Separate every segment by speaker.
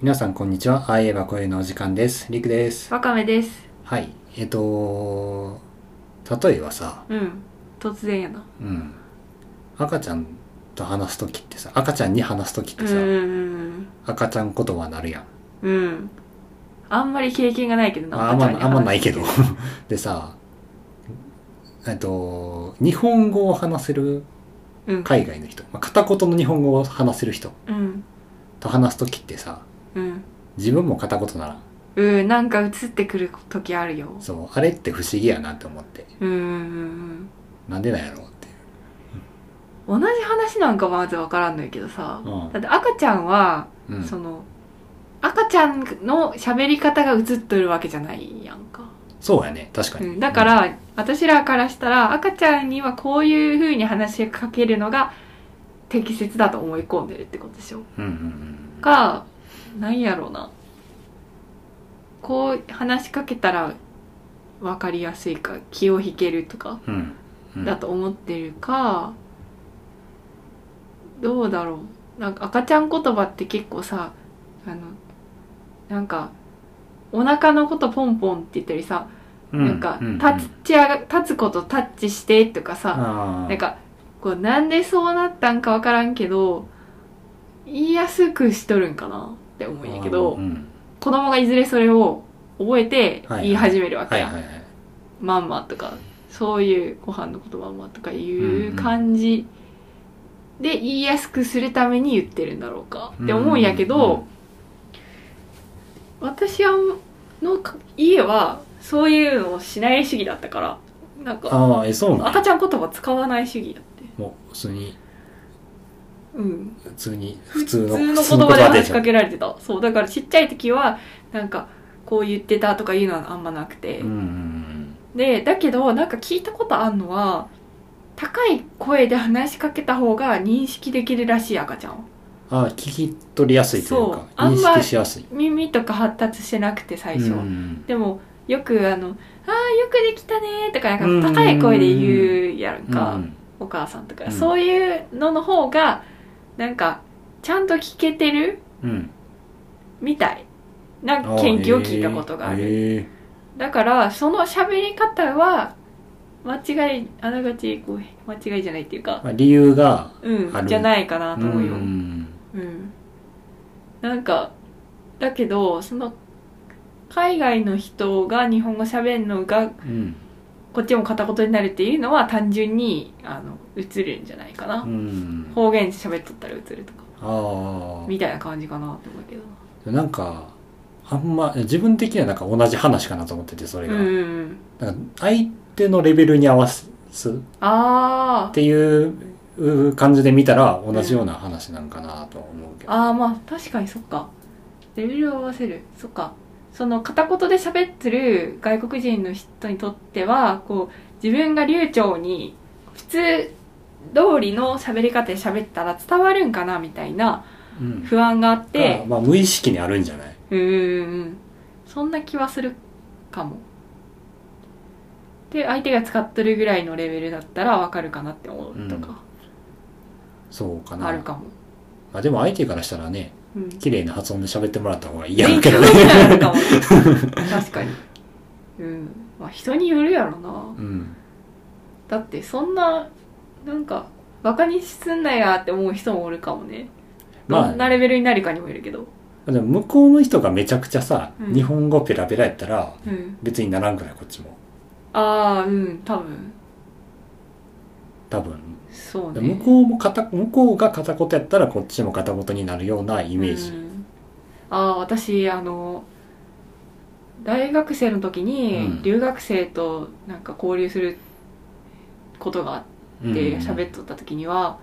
Speaker 1: 皆さんこんにちは。ああ言えば声のお時間です。りくです。
Speaker 2: わかめです
Speaker 1: はい。えっと、例えばさ、
Speaker 2: うん突然やな
Speaker 1: うん。赤ちゃんと話すときってさ、赤ちゃんに話すときっ
Speaker 2: う
Speaker 1: て
Speaker 2: ん
Speaker 1: さ、
Speaker 2: うん
Speaker 1: 赤ちゃん言葉なるやん。
Speaker 2: うんうんあんまり経験がないけどな
Speaker 1: ああんま
Speaker 2: 赤ちゃに
Speaker 1: あん
Speaker 2: 話
Speaker 1: ますない けど。でさ、えっと、日本語を話せる
Speaker 2: うん
Speaker 1: 海外の人、まあ、片言の日本語を話せる人
Speaker 2: うん
Speaker 1: と話すときってさ、
Speaker 2: うん
Speaker 1: 自分も片言なら、
Speaker 2: うんなんか映ってくる時あるよ
Speaker 1: そう、あれって不思議やなって思って、
Speaker 2: うんうん
Speaker 1: なんでなんやろうって。
Speaker 2: うん同じ話なんかまずわからんのやけどさ、
Speaker 1: うん
Speaker 2: だって赤ちゃんは、
Speaker 1: うん。
Speaker 2: その赤ちゃんの喋り方が映っとるわけじゃないやんか、
Speaker 1: そうやね、確か
Speaker 2: う
Speaker 1: に。
Speaker 2: ん、だか、ら、私らからしたら赤ちゃんにはこういう風に話しかけるのが適切だと思い込んでるってことでしょ
Speaker 1: うんうんうん。
Speaker 2: かなんやろうなこう話しかけたら分かりやすいか気を引けるとか
Speaker 1: うん。うん
Speaker 2: だと思ってるか、どうだろうなんか赤ちゃん言葉って結構さあのなんかお腹のことポンポンって言ったりさ、
Speaker 1: う
Speaker 2: なんか立ち上が立つことタッチしてとかさ、
Speaker 1: な
Speaker 2: なんかこうなんでそうなったんか分からんけど言いやすくしとるんかなって思うんやけど、
Speaker 1: うん
Speaker 2: 子供がいずれそれを覚えて
Speaker 1: はい
Speaker 2: 言い始めるわけ
Speaker 1: はい
Speaker 2: や、
Speaker 1: はいはい。
Speaker 2: まんまとかそういうご飯のことまんまとかいう感じで言いやすくするために言ってるんだろうかって思うんやけど、私はの家はそういうのをしない主義だったからなんか
Speaker 1: ああ、え、そうなの
Speaker 2: 赤ちゃん言葉使わない主義だって
Speaker 1: もう、普通に、
Speaker 2: うん
Speaker 1: 普通に、普通の、
Speaker 2: 普通の言葉で話しか
Speaker 1: け
Speaker 2: けられてたそうだからちっちゃい時はなんかこう言ってたとかいうのはあんまなくて、
Speaker 1: うんうん
Speaker 2: でだけどなんか聞いたことあんのは高い声で話しかけた方が認識できるらしい赤ちゃんを
Speaker 1: うん。ああ、聞き取りやすいという
Speaker 2: そう
Speaker 1: か、
Speaker 2: あん
Speaker 1: 認
Speaker 2: ま
Speaker 1: 識しやすい。
Speaker 2: 耳とか発達してなくて最
Speaker 1: う
Speaker 2: 初、
Speaker 1: ん
Speaker 2: でもよくあの「あーよくできたね」とか
Speaker 1: うん
Speaker 2: なんか高い声で言うやんか、
Speaker 1: うん
Speaker 2: お母さんとか、
Speaker 1: うん
Speaker 2: そういうのの方がなんかちゃんと聞けてる
Speaker 1: うん。
Speaker 2: みたいな
Speaker 1: ああ
Speaker 2: 研究を聞いたことがある、
Speaker 1: へえ
Speaker 2: だからその喋り方は間違いあながちこう間違いじゃないっていうか
Speaker 1: まあ理由が、
Speaker 2: う
Speaker 1: あ
Speaker 2: ん
Speaker 1: る
Speaker 2: じゃないかなと思うよ
Speaker 1: う
Speaker 2: うん、
Speaker 1: ん
Speaker 2: なんかだけどその海外の人が日本語喋るのが
Speaker 1: うん。
Speaker 2: こっちも片言になるっていうのは単純にあの映るんじゃないかな、
Speaker 1: うん。
Speaker 2: 方言喋っとったら映るとか
Speaker 1: あ
Speaker 2: みたいな感じかなって思うけど
Speaker 1: あ。なんか、あんま、自分的にはなんか同じ話かなと思ってて、それ
Speaker 2: う
Speaker 1: が。
Speaker 2: んうんうん
Speaker 1: なんか相手のレベルに合わすっ
Speaker 2: あー
Speaker 1: ていう感じで見たら同じような話なんかなと思うけど、
Speaker 2: あーまあ確かにそっかレベルを合わせるそっかその片言で喋ってる外国人の人にとってはこう自分が流暢に普通通りの喋り方で喋ったら伝わるんかなみたいな
Speaker 1: うん
Speaker 2: 不安があっ
Speaker 1: あ
Speaker 2: て
Speaker 1: まあ、無意識にあるんじゃない
Speaker 2: うんうんうんそんな気はするかもで相手が使ってるぐらいのレベルだったらわかるかなって思うとか、
Speaker 1: そうかな
Speaker 2: あるかも、
Speaker 1: まあ、でも相手からしたらね
Speaker 2: うん、
Speaker 1: 綺麗な発音で喋ってもらった方がいいやろ
Speaker 2: 勉
Speaker 1: うけ
Speaker 2: 強
Speaker 1: ど
Speaker 2: に
Speaker 1: ね、
Speaker 2: なるかも 確かにうんまあ人によるやろな
Speaker 1: うん、
Speaker 2: だってそんななんかバカにすんなやって思う人もおるかもね
Speaker 1: ま
Speaker 2: どんなレ
Speaker 1: あ
Speaker 2: ベルになるかにもよるけど
Speaker 1: でも向こうの人がめちゃくちゃさ、
Speaker 2: うん
Speaker 1: 日本語ペラペラやったら
Speaker 2: うん
Speaker 1: 別にならんくないこっちも
Speaker 2: ああうん多分
Speaker 1: 多分
Speaker 2: そうね
Speaker 1: 向こうも片向こうが片言やったらこっちも片言になるようなイ
Speaker 2: イ
Speaker 1: メージ、
Speaker 2: ああ私あの大学生の時
Speaker 1: うん
Speaker 2: に留学生となんか交流することがあって
Speaker 1: うん
Speaker 2: って喋っとった時には、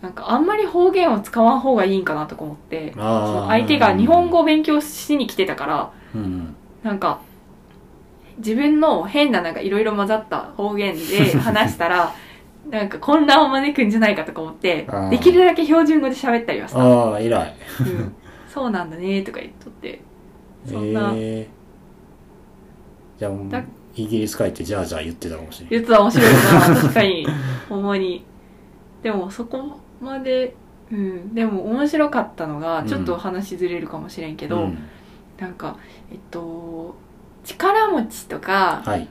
Speaker 2: なんかあんまり方言を使わん方がいいんかなとか思ってそ
Speaker 1: あー
Speaker 2: の相手が日本語を勉強しに来てたから
Speaker 1: うん
Speaker 2: なんか自分の変ななんかいろいろ混ざった方言で 話したらなんか混乱を招くんじゃないかとか思って
Speaker 1: あー
Speaker 2: できるだけ標準語で喋ったりはした、うん
Speaker 1: ああ偉い
Speaker 2: そうなんだねとか言っとってそんな
Speaker 1: えーじゃあもう
Speaker 2: だ
Speaker 1: イギリス帰ってじゃあじゃあ言ってたかもしれ
Speaker 2: 言ってたら面白いな確かにほんまにでもそこまでうん、でも面白かったのが
Speaker 1: うん
Speaker 2: ちょっと話ずれるかもしれんけ
Speaker 1: け
Speaker 2: ど、なんかえっと力持ちとか、
Speaker 1: はい、
Speaker 2: えっ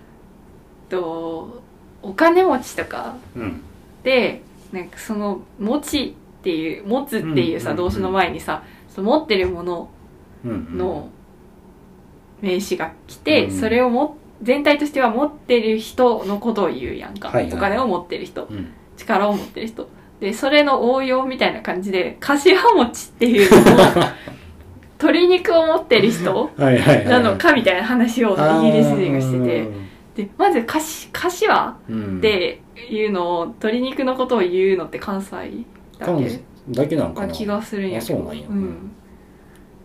Speaker 2: とお金持ちとか
Speaker 1: うん、
Speaker 2: でなんかその持ちっていう持つっていうさ、
Speaker 1: うんうんうん
Speaker 2: 動詞の前にさその持ってるもの
Speaker 1: うん
Speaker 2: の名詞が来て、
Speaker 1: うん
Speaker 2: それをも全体としては持ってる人のことを言うやんか、
Speaker 1: はいはい
Speaker 2: お金を持ってる人
Speaker 1: うん、
Speaker 2: 力を持ってる人でそれの応用みたいな感じで柏餅っていうの を鶏肉を持ってる人
Speaker 1: はいはいはい
Speaker 2: なのかみたいな話をイギリス人がして
Speaker 1: て
Speaker 2: てでまずかし柏っ
Speaker 1: で
Speaker 2: ていうのを鶏肉のことを言うのって関西だ
Speaker 1: 関
Speaker 2: け
Speaker 1: 西だけなのか
Speaker 2: な
Speaker 1: な
Speaker 2: 気がするんやけど
Speaker 1: あそうなんや
Speaker 2: うん、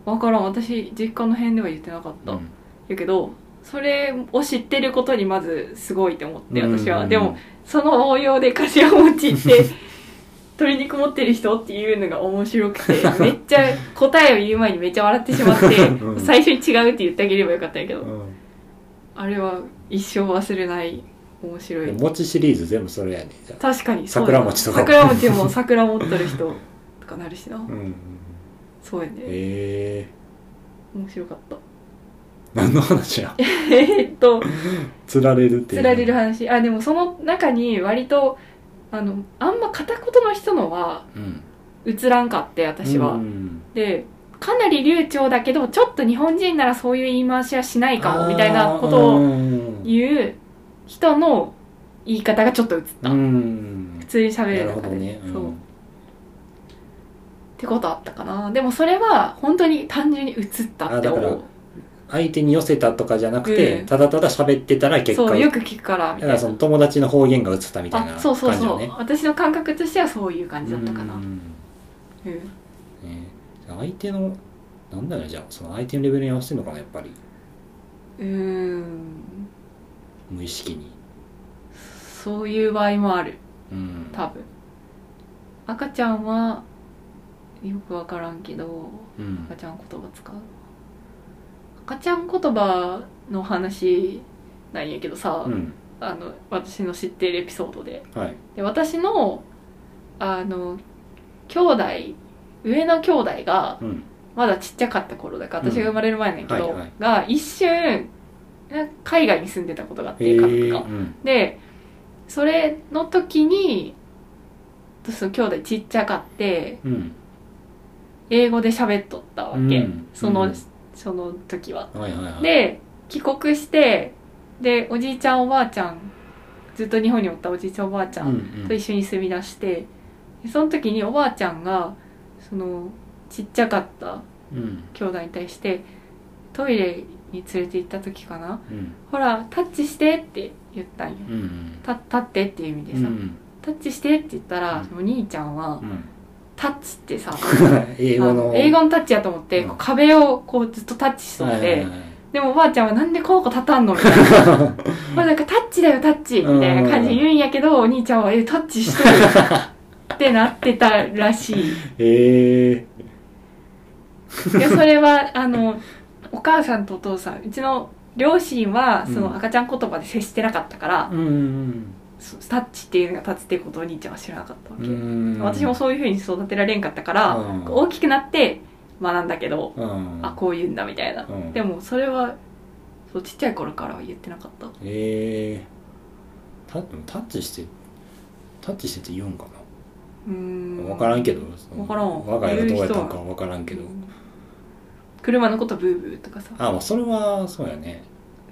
Speaker 2: 分からん私実家の辺では言ってなかった、
Speaker 1: うん
Speaker 2: やけどそれを知ってることにまずすごいと思って私は、
Speaker 1: うん
Speaker 2: でもその応用で柏餅って 鶏肉持ってる人っていうのが面白く てめっちゃ答えを言う前にめっちゃ笑ってしまって
Speaker 1: うん
Speaker 2: 最初に違うって言ってあげればよかったんやけど、
Speaker 1: うん
Speaker 2: あれは一生忘れない面白い
Speaker 1: 餅シリーズ全部それやねじゃあ
Speaker 2: 確かに
Speaker 1: 桜餅とか
Speaker 2: 桜 餅も桜持ってる人とかなるしな
Speaker 1: うん
Speaker 2: そうやね
Speaker 1: え
Speaker 2: 面白かった
Speaker 1: ー、何の話や
Speaker 2: えーっと
Speaker 1: つられるってい
Speaker 2: つ
Speaker 1: う
Speaker 2: られる話あでもその中に割とあのあんま片言の人のは
Speaker 1: うん
Speaker 2: 映らんかって私は、
Speaker 1: うん
Speaker 2: でかなり流暢だけどちょっと日本人ならそういう言い回しはしないかもみたいなことを
Speaker 1: を
Speaker 2: 言う人の言い方がちょっと映った、
Speaker 1: うん
Speaker 2: 普通に喋
Speaker 1: な
Speaker 2: る
Speaker 1: るほ
Speaker 2: 中
Speaker 1: ど
Speaker 2: で、
Speaker 1: ねうん
Speaker 2: そうってことあったかなでもそれは本当に単純に映ったって
Speaker 1: あだか
Speaker 2: 思
Speaker 1: 相手に寄せたとかじゃなくて、
Speaker 2: うん
Speaker 1: ただただ喋ってたら
Speaker 2: う
Speaker 1: 結果
Speaker 2: そうよく聞くからみ
Speaker 1: だから
Speaker 2: たいな
Speaker 1: その友達の方言が映ったみたいな
Speaker 2: あそう
Speaker 1: 感じ
Speaker 2: そう
Speaker 1: よね
Speaker 2: そう、私の感覚としてはそういう感じだったかな
Speaker 1: うん
Speaker 2: うん
Speaker 1: ねじゃあ相手のなんだろうじゃあその相手のレベルに合わせてるのかなやっぱり
Speaker 2: うーん
Speaker 1: 無意識に
Speaker 2: そういう場合もある
Speaker 1: うん
Speaker 2: 多分赤ちゃんはよくわからんけど
Speaker 1: うん
Speaker 2: 赤ちゃん言葉使う赤ちゃん言葉の話なんやけどさ、
Speaker 1: うん
Speaker 2: あの私の知ってるエピソードで
Speaker 1: はい
Speaker 2: で私のあの兄弟上の兄弟が
Speaker 1: うん
Speaker 2: まだちっちゃかった頃だから私が生まれる前なんやけ
Speaker 1: う
Speaker 2: ど、
Speaker 1: んはいはい
Speaker 2: が一瞬なんか海外に住んでたことがあって家族が
Speaker 1: う。ん
Speaker 2: でそれの時にその兄弟ちっちゃかって
Speaker 1: うん
Speaker 2: 英語で喋っとったわけ、
Speaker 1: うん
Speaker 2: その、
Speaker 1: うん
Speaker 2: その時は。
Speaker 1: はいはいはい
Speaker 2: で帰国してでおじいちゃんおばあちゃんずっと日本におったおじいちゃんおばあちゃ
Speaker 1: うんん
Speaker 2: と一緒に住み出してでその時におばあちゃんがそのちっちゃかった
Speaker 1: うん
Speaker 2: 兄弟に対してトイレに連れて行った時かな
Speaker 1: うん
Speaker 2: 「ほらタッチして」って言ったんよ
Speaker 1: うんうん
Speaker 2: 「た立って」っていう意味で
Speaker 1: う
Speaker 2: さ、
Speaker 1: ん
Speaker 2: タッチしてって言ったら、
Speaker 1: うん
Speaker 2: お兄ちゃんは
Speaker 1: うん
Speaker 2: タッチってさ
Speaker 1: 英語の
Speaker 2: あ英語のタッチやと思って、
Speaker 1: うん
Speaker 2: こう壁をこうずっとタッチしそうで、
Speaker 1: はいはいはい
Speaker 2: でもおばあちゃんはなんでこの子立たんのみたいなまあなんかタッチだよタッチみたいな感じで言うんやけど、お兄ちゃんはえタッチし とるよってなってたらしい
Speaker 1: へえ
Speaker 2: でそれはあのお母さんとお父さんうちの両親は
Speaker 1: う
Speaker 2: そ
Speaker 1: ん
Speaker 2: の赤ちゃん言葉で接してなかったから、
Speaker 1: うんうん
Speaker 2: そタッチっていうのが立つってことをお兄ちゃんは知らなかったわけ、
Speaker 1: うん
Speaker 2: 私もそういうふうに育てられんかったから、
Speaker 1: うん
Speaker 2: 大きくなって学んだけど、
Speaker 1: うん
Speaker 2: あこう言うんだみたいな、
Speaker 1: うん
Speaker 2: でもそれはそうちっちゃい頃からは言ってなかった
Speaker 1: ええタタッチしてタッチしてって言うんか
Speaker 2: うー
Speaker 1: なん分からんけど
Speaker 2: 分からん
Speaker 1: 我が家がどうやったんかは分からんけど
Speaker 2: うん車のことブーブーとかさ
Speaker 1: あまあそれはそうやね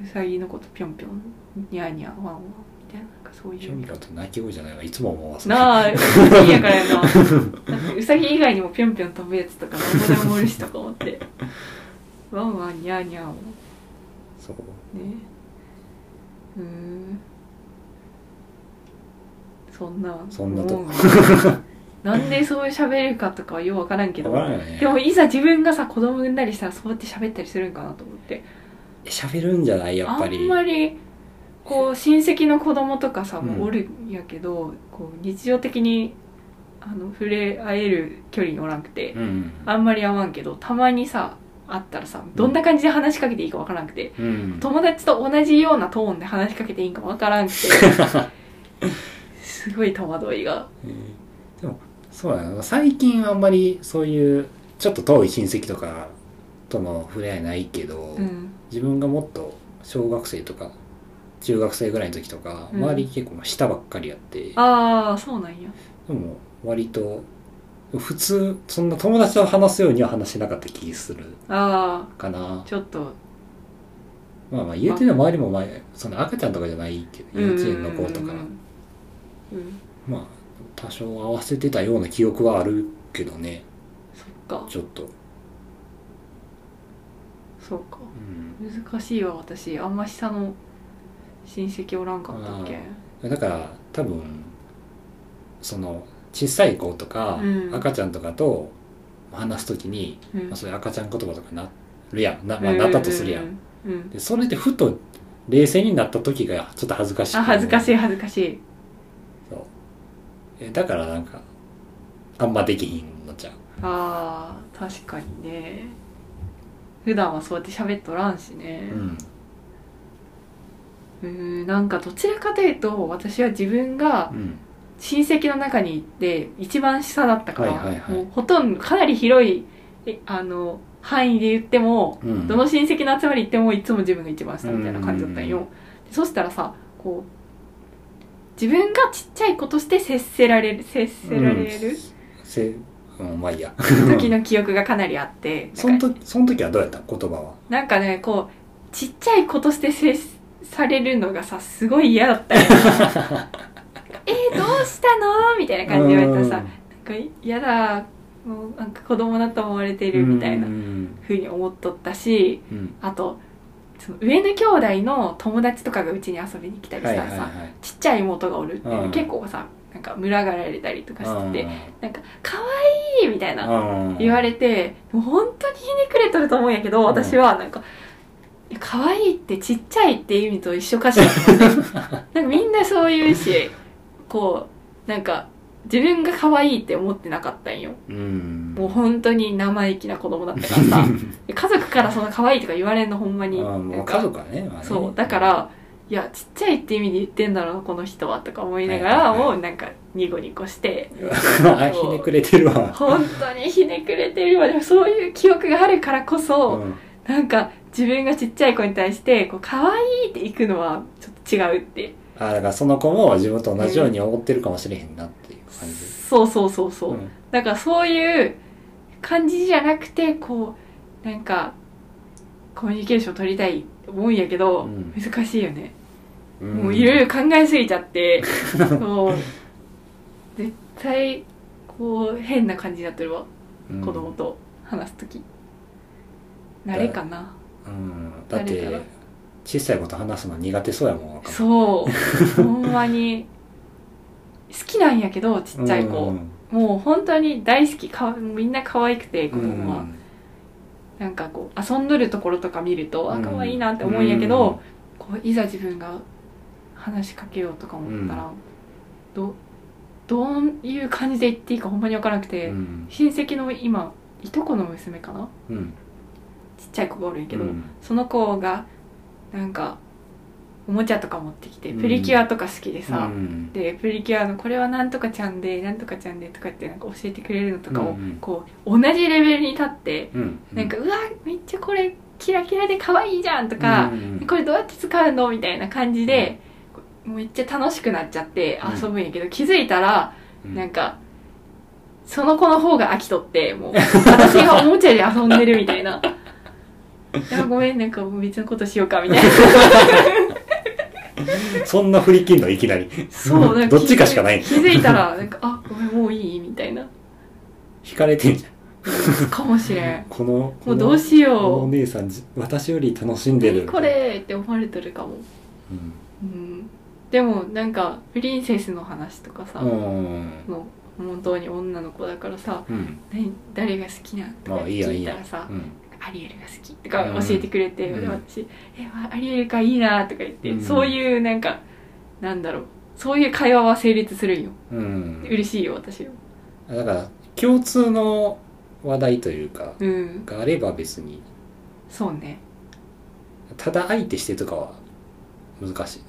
Speaker 2: うさぎのことぴょんぴょんにゃーにゃーワンワンみたいななんかそうい
Speaker 1: 興味
Speaker 2: う
Speaker 1: があって泣き声じゃないわいつも思わせ
Speaker 2: なあうさぎやからや ななんかうさぎ以外にもぴょんぴょん飛ぶやつとかなんぼでもおるしとか思ってワンワンにゃーにゃーも
Speaker 1: そう
Speaker 2: ねうーんそんな
Speaker 1: そんなと
Speaker 2: 思うのなんでそういう喋れるかとかはようわからんけど
Speaker 1: 分からんよね
Speaker 2: でもいざ自分がさ子供産んだりしたらそうやって喋ったりするんかなと思って
Speaker 1: 喋るんじゃないやっぱり
Speaker 2: あんまりこう親戚の子供とかさ
Speaker 1: うん
Speaker 2: もうおるんやけど、こう日常的にあの触れ合える距離におらんくて、
Speaker 1: うん
Speaker 2: あんまり会わんけどたまにさ会ったらさどんな感じで話しかけていいかわからんくて、
Speaker 1: うん
Speaker 2: 友達と同じようなトーンで話しかけていいん かわからんくてすごい戸惑いが
Speaker 1: えーでもそうだな最近あんまりそういうちょっと遠い親戚とかとの触れ合いないけど、
Speaker 2: うん
Speaker 1: 自分がもっと小学生とか中学生ぐらいの時とか、
Speaker 2: うん
Speaker 1: 周り結構まあ下ばっかりやってで
Speaker 2: ああそうなんや
Speaker 1: も割と普通そんな友達と話すようには話してなかった気する
Speaker 2: あ
Speaker 1: かな
Speaker 2: あちょっと
Speaker 1: まあまあ言うての周りもまあその赤ちゃんとかじゃないけど幼稚園の子とか
Speaker 2: うんうん
Speaker 1: まあ多少合わせてたような記憶はあるけどね
Speaker 2: そっか
Speaker 1: ちょっと、
Speaker 2: そうか
Speaker 1: うん
Speaker 2: 難しいわ私あんま下の親戚おらんかったっけ
Speaker 1: だから多分その小さい子とか、
Speaker 2: うん
Speaker 1: 赤ちゃんとかと話す時に、
Speaker 2: うん
Speaker 1: まあ、そういう赤ちゃん言葉とかなるやんな,、まあ、なったとするやん、
Speaker 2: うんうんうんうん
Speaker 1: でそれでふと冷静になった時がちょっと恥ずかしい
Speaker 2: あ恥ずかし
Speaker 1: い
Speaker 2: い恥ずかしい
Speaker 1: だからなんかあんまできひんのちゃう
Speaker 2: あー確かにね普段はそうやって喋っとらんしね
Speaker 1: うん
Speaker 2: うーんなんかどちらかというと私は自分が
Speaker 1: うん
Speaker 2: 親戚の中に行って一番下だったから、
Speaker 1: はいはいはい
Speaker 2: もうほとんどかなり広いえあの範囲で言っても
Speaker 1: うん
Speaker 2: どの親戚の集まり行ってもいつも自分が一番下みたいな感じだったんよ、
Speaker 1: うん
Speaker 2: でそしたらさこう自分がちっちゃい子として接せられる接せられる
Speaker 1: せうんまあいいや
Speaker 2: 時の記憶がかなりあって、
Speaker 1: そ
Speaker 2: なん
Speaker 1: ん
Speaker 2: か
Speaker 1: とその時はどうやった言葉は
Speaker 2: なんかねこうちっちゃい子として接されるのがさすごい嫌 だったよえー、どうしたのみたいな感じで言われたらさなんか嫌だもうなんか子供だと思われて
Speaker 1: い
Speaker 2: るみたいな
Speaker 1: うん
Speaker 2: ふうに思っとったし
Speaker 1: うん
Speaker 2: あとその上の兄弟の友達とかがうちに遊びに来たりし
Speaker 1: はい
Speaker 2: た
Speaker 1: はい
Speaker 2: らさ、
Speaker 1: はい
Speaker 2: ちっちゃい妹がおるっていうの
Speaker 1: うん
Speaker 2: 結構さなんか群がられたりとかしてて、なんか「可愛いみたいな
Speaker 1: うん
Speaker 2: 言われてもう本当にひねくれとると思うんやけど
Speaker 1: ん
Speaker 2: 私はなんか「いや可愛いってちっちゃいっていう意味と一緒かしら」 なんかみんなそう言うしこうなんか自分が可愛いって思ってなかったんよ
Speaker 1: うん
Speaker 2: もう本当に生意気な子供だったか らさで家族からそんな可愛いとか言われんのほんまに
Speaker 1: あー
Speaker 2: な
Speaker 1: も
Speaker 2: ん
Speaker 1: う
Speaker 2: か
Speaker 1: 家族はね,、まあね
Speaker 2: そうだからいやちっちゃいって意味で言ってんだろうこの人はとか思いなが
Speaker 1: はい
Speaker 2: ら
Speaker 1: はいはい
Speaker 2: もうなんかニコニコして
Speaker 1: あひねくれてるわ、
Speaker 2: 本当にひねくれてるわでもそういう記憶があるからこそ、
Speaker 1: うん
Speaker 2: なんか自分がちっちゃい子に対してこう可愛いって行くのはちょっと違うって
Speaker 1: あーだからその子も自分と同じように思ってるかもしれへんなっていう感じ、
Speaker 2: そうそうそうそう、
Speaker 1: うん
Speaker 2: だからそういう感じじゃなくてこうなんかコミュニケーション取りたいと思うんやけど、
Speaker 1: うん
Speaker 2: 難しいよね、
Speaker 1: うん
Speaker 2: もういろいろ考えすぎちゃって そう絶対こう変な感じになってるわ
Speaker 1: うん
Speaker 2: 子供と話す時、慣れかな
Speaker 1: うんだっ
Speaker 2: 誰から
Speaker 1: て小さいこと話すの苦手そうやもん
Speaker 2: そ うほんまに好きなんやけどちっちゃい子、
Speaker 1: うん
Speaker 2: もう本当に大好きかわみんな可愛くて子
Speaker 1: うん
Speaker 2: 供は、なんかこう遊んどるところとか見ると、
Speaker 1: うん
Speaker 2: あ可愛いなって思うんやけど、こういざ自分が話しかけようとか思ったら、どどういう感じで言っていいかほんまに分からなく
Speaker 1: う
Speaker 2: て、
Speaker 1: ん
Speaker 2: 親戚の今いとこの娘かな
Speaker 1: うん
Speaker 2: ちっちゃい子がおるんやけど、
Speaker 1: うん
Speaker 2: その子がなんかおもちゃとか持ってきて、
Speaker 1: うん
Speaker 2: プリキュアとか好きで
Speaker 1: う
Speaker 2: さ、
Speaker 1: ん
Speaker 2: でプリキュアのこれはなんとかちゃんでなんとかちゃんでとかってなんか教えてくれるのとか
Speaker 1: う
Speaker 2: を
Speaker 1: んうん
Speaker 2: こう同じレベルに立って
Speaker 1: うん
Speaker 2: なんかうわめっちゃこれキラキラで可愛いじゃんとか
Speaker 1: う、ん
Speaker 2: これどうやって使うのみたいな感じで、こうめっちゃ楽しくなっちゃって
Speaker 1: うん
Speaker 2: 遊ぶんやけど、気づいたら
Speaker 1: うん
Speaker 2: なんかその子の方が飽きとって もう私がおもちゃで遊んでるみたいな。いやごめんなんかもう別のことしようかみたいな
Speaker 1: そんな振り切んのいきなり
Speaker 2: そうなん
Speaker 1: どっちかしかない
Speaker 2: 気づいたらなんかあごめんもういいみたいな
Speaker 1: 惹かれてんじゃん
Speaker 2: かもしれん
Speaker 1: この
Speaker 2: もうどうし
Speaker 1: このお
Speaker 2: よう
Speaker 1: 姉さんじ私より楽しんで
Speaker 2: 何
Speaker 1: る
Speaker 2: これって思われてるかも
Speaker 1: うん
Speaker 2: うんでもなんかプリンセスの話とかさ、
Speaker 1: うん
Speaker 2: もう本当に女の子だからさ
Speaker 1: うん
Speaker 2: 何誰が好きなんとか
Speaker 1: あいいや
Speaker 2: 聞いたらさ
Speaker 1: うん
Speaker 2: アリエルが好きとか教えてくれて、
Speaker 1: うん
Speaker 2: で私「えわアリエルがいいな」とか言って、
Speaker 1: うん
Speaker 2: そういうなんかなんだろうそういう会話は成立するんよ
Speaker 1: うん
Speaker 2: 嬉しいよ私は
Speaker 1: だから共通の話題というか、
Speaker 2: うん
Speaker 1: があれば別に
Speaker 2: そうね
Speaker 1: ただ相手してとかは難しい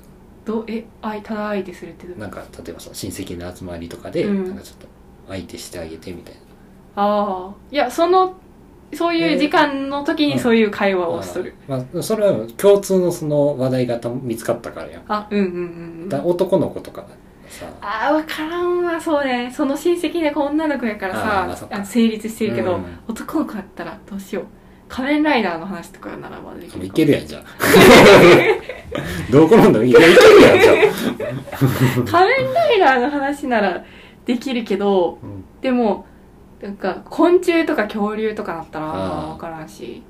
Speaker 2: どえあいただ相手するってどう
Speaker 1: なんか例えばその親戚の集まりとかで、
Speaker 2: うん
Speaker 1: なんかちょっと相手してあげてみたいな
Speaker 2: ああいやそのそういう時間の時
Speaker 1: え
Speaker 2: に
Speaker 1: ー
Speaker 2: そういう会話をしとる、
Speaker 1: あーまあ、それは共通のその話題がた見つかったからやん
Speaker 2: あうんうんうんうん
Speaker 1: だ男の子とかさ
Speaker 2: あー分からんわそうねその親戚で女の子やから
Speaker 1: あーまあそ
Speaker 2: さ
Speaker 1: っ
Speaker 2: あ
Speaker 1: か
Speaker 2: の成立してるけど、
Speaker 1: うん
Speaker 2: 男の子だったらどうしよう仮面ライダーの話とかならばでき
Speaker 1: もう
Speaker 2: る
Speaker 1: いけるやんじゃあ どう転んでもいいいやいけるやんじゃあ、
Speaker 2: 仮面ライダーの話ならできるけど
Speaker 1: うん
Speaker 2: でもなんか昆虫とか恐竜とかだったら
Speaker 1: あー
Speaker 2: 分からんし、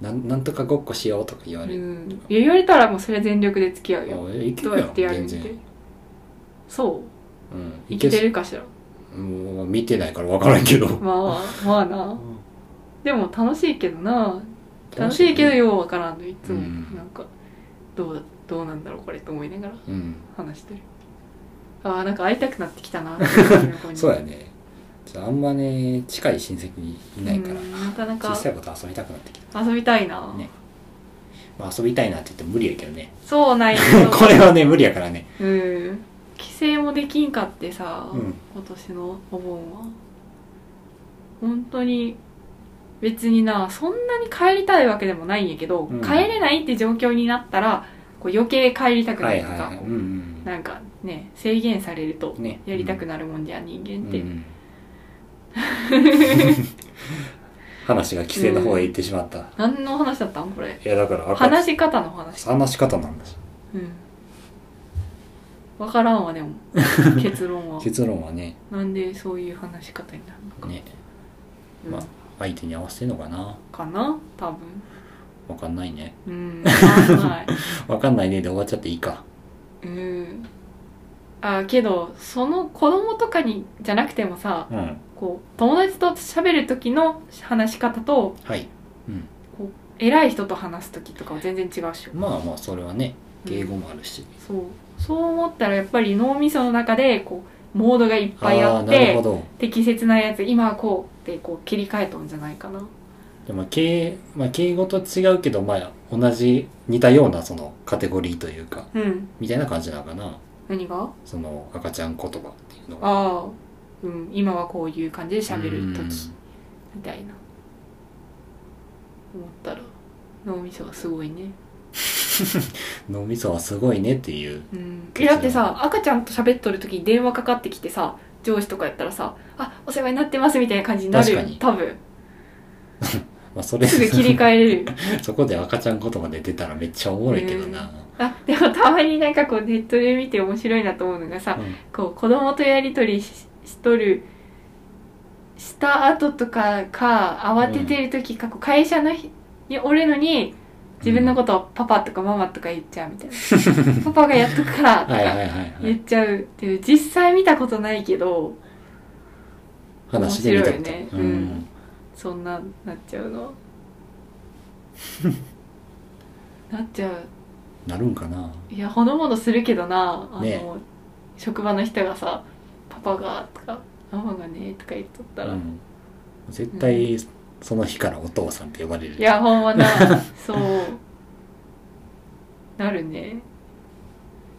Speaker 1: なんなんとかごっこしようとか言わ
Speaker 2: う
Speaker 1: れる、
Speaker 2: ん、いや言われたらもうそれ全力で付き合うよ
Speaker 1: あいけ
Speaker 2: ど
Speaker 1: るや
Speaker 2: うやっ
Speaker 1: ん
Speaker 2: てやる
Speaker 1: 全
Speaker 2: って
Speaker 1: 然、
Speaker 2: そう
Speaker 1: うん、
Speaker 2: 生きて
Speaker 1: る
Speaker 2: るかしら
Speaker 1: もう見てないから分からんけど、
Speaker 2: まあまあなでも楽しいけどな 楽しいけどようわからんのいつも
Speaker 1: うん
Speaker 2: なんかどうどうなんだろうこれと思いながら
Speaker 1: うん
Speaker 2: 話してるあーなんか会いたくなってきたな
Speaker 1: そうやねちょっとあんまね近い親戚にいないから、
Speaker 2: うんなかな
Speaker 1: 小
Speaker 2: か
Speaker 1: さいこと遊びたくなってきた、
Speaker 2: 遊びたいな、
Speaker 1: ねまあ、遊びたいなって言っても無理やけどね
Speaker 2: そうない
Speaker 1: これはね無理やからね
Speaker 2: うん帰省もできんかってさ、
Speaker 1: うん
Speaker 2: 今年のお盆は本当に別になそんなに帰りたいわけでもないんやけど、
Speaker 1: うん
Speaker 2: 帰れないって状況になったらこう余計帰りたくな
Speaker 1: は
Speaker 2: る
Speaker 1: い
Speaker 2: とか、
Speaker 1: はいはいうん
Speaker 2: なんかね制限されると
Speaker 1: うんね
Speaker 2: やりたくなるもんじゃん人
Speaker 1: う
Speaker 2: 間
Speaker 1: ん
Speaker 2: って、
Speaker 1: うん 話が規制の方へ行ってしまった、い
Speaker 2: 何の話だったんこれ
Speaker 1: やだから赤
Speaker 2: 話し方の話
Speaker 1: 話し方なんです
Speaker 2: うん分からんわ でも結論は
Speaker 1: 結論はね
Speaker 2: なんでそういう話し方になるのか、
Speaker 1: ね
Speaker 2: うん
Speaker 1: まあ相手に合わせてんのかな
Speaker 2: かな多分
Speaker 1: わかんないね
Speaker 2: うんはい
Speaker 1: わかんないねで終わっちゃっていいか
Speaker 2: うんあけどその子供とかにじゃなくてもさ
Speaker 1: うん
Speaker 2: こう友達と喋る時の話し方と
Speaker 1: はい
Speaker 2: 偉い人と話す時とかは全然違うっしょ、
Speaker 1: まあまあそれはね
Speaker 2: うん
Speaker 1: 敬語もあるし、
Speaker 2: そうそう思ったらやっぱり脳みその中でこうモードがいっぱいあ
Speaker 1: ー
Speaker 2: っ
Speaker 1: なるほ
Speaker 2: て
Speaker 1: ど
Speaker 2: 適切なやつ今はこうってこう切り替えとんじゃないかな
Speaker 1: でも敬,、まあ、敬語と違うけどまあ同じ似たようなそのカテゴリーというか
Speaker 2: うん
Speaker 1: みたいな感じなのかな
Speaker 2: 何が
Speaker 1: その赤ちゃん言葉っていうのが
Speaker 2: ああうん今はこういう感じで喋る時みたいな思ったら脳みそがすごいね
Speaker 1: うん脳みそはすごいねっていう
Speaker 2: うん、えだってさ赤ちゃんと喋っとる時に電話かかってきてさ上司とかやったらさ「あお世話になってます」みたいな感じになるよ
Speaker 1: 確かに
Speaker 2: 多 分
Speaker 1: まあそれ
Speaker 2: すぐ切り替えれる
Speaker 1: そこで赤ちゃん言葉で出たらめっちゃおもろいけどな、
Speaker 2: あでもたまになんかこうネットで見て面白いなと思うのがさ
Speaker 1: うん
Speaker 2: こう子供とやり取りししとるした後とかか慌ててる時か、こう会社の日におるのに自分のことをパパとかママとか言っちゃうみたいな、パパがやっとくからと
Speaker 1: はいはいは
Speaker 2: か
Speaker 1: いはい
Speaker 2: 言っちゃうっていう実際見たことないけど
Speaker 1: 話で見たこと、
Speaker 2: 面白いね
Speaker 1: う
Speaker 2: うんんそんななっちゃう のなっちゃう
Speaker 1: なるんかない
Speaker 2: やほのぼのするけどなあの、
Speaker 1: ね
Speaker 2: 職場の人がさ「パパが」とか「ママがね」とか言っとったら、
Speaker 1: うん、絶対その日からお父さんって呼ばれる
Speaker 2: いやほんまな そうなるね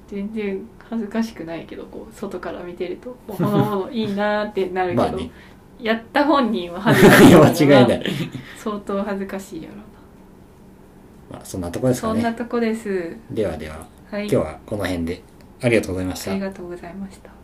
Speaker 2: 全然恥ずかしくないけどこう外から見てるとほのぼのいいなーってなるけど、
Speaker 1: まあね
Speaker 2: やった本人は恥ずかし
Speaker 1: い
Speaker 2: い
Speaker 1: や
Speaker 2: だろう
Speaker 1: 間違いない
Speaker 2: 相当恥ずかしいやろな
Speaker 1: まあそんなとこです
Speaker 2: そ
Speaker 1: か
Speaker 2: んな
Speaker 1: ね
Speaker 2: とこです
Speaker 1: ではでは
Speaker 2: は
Speaker 1: 今
Speaker 2: い
Speaker 1: 日はこの辺でありがとうございました
Speaker 2: ありがとうございました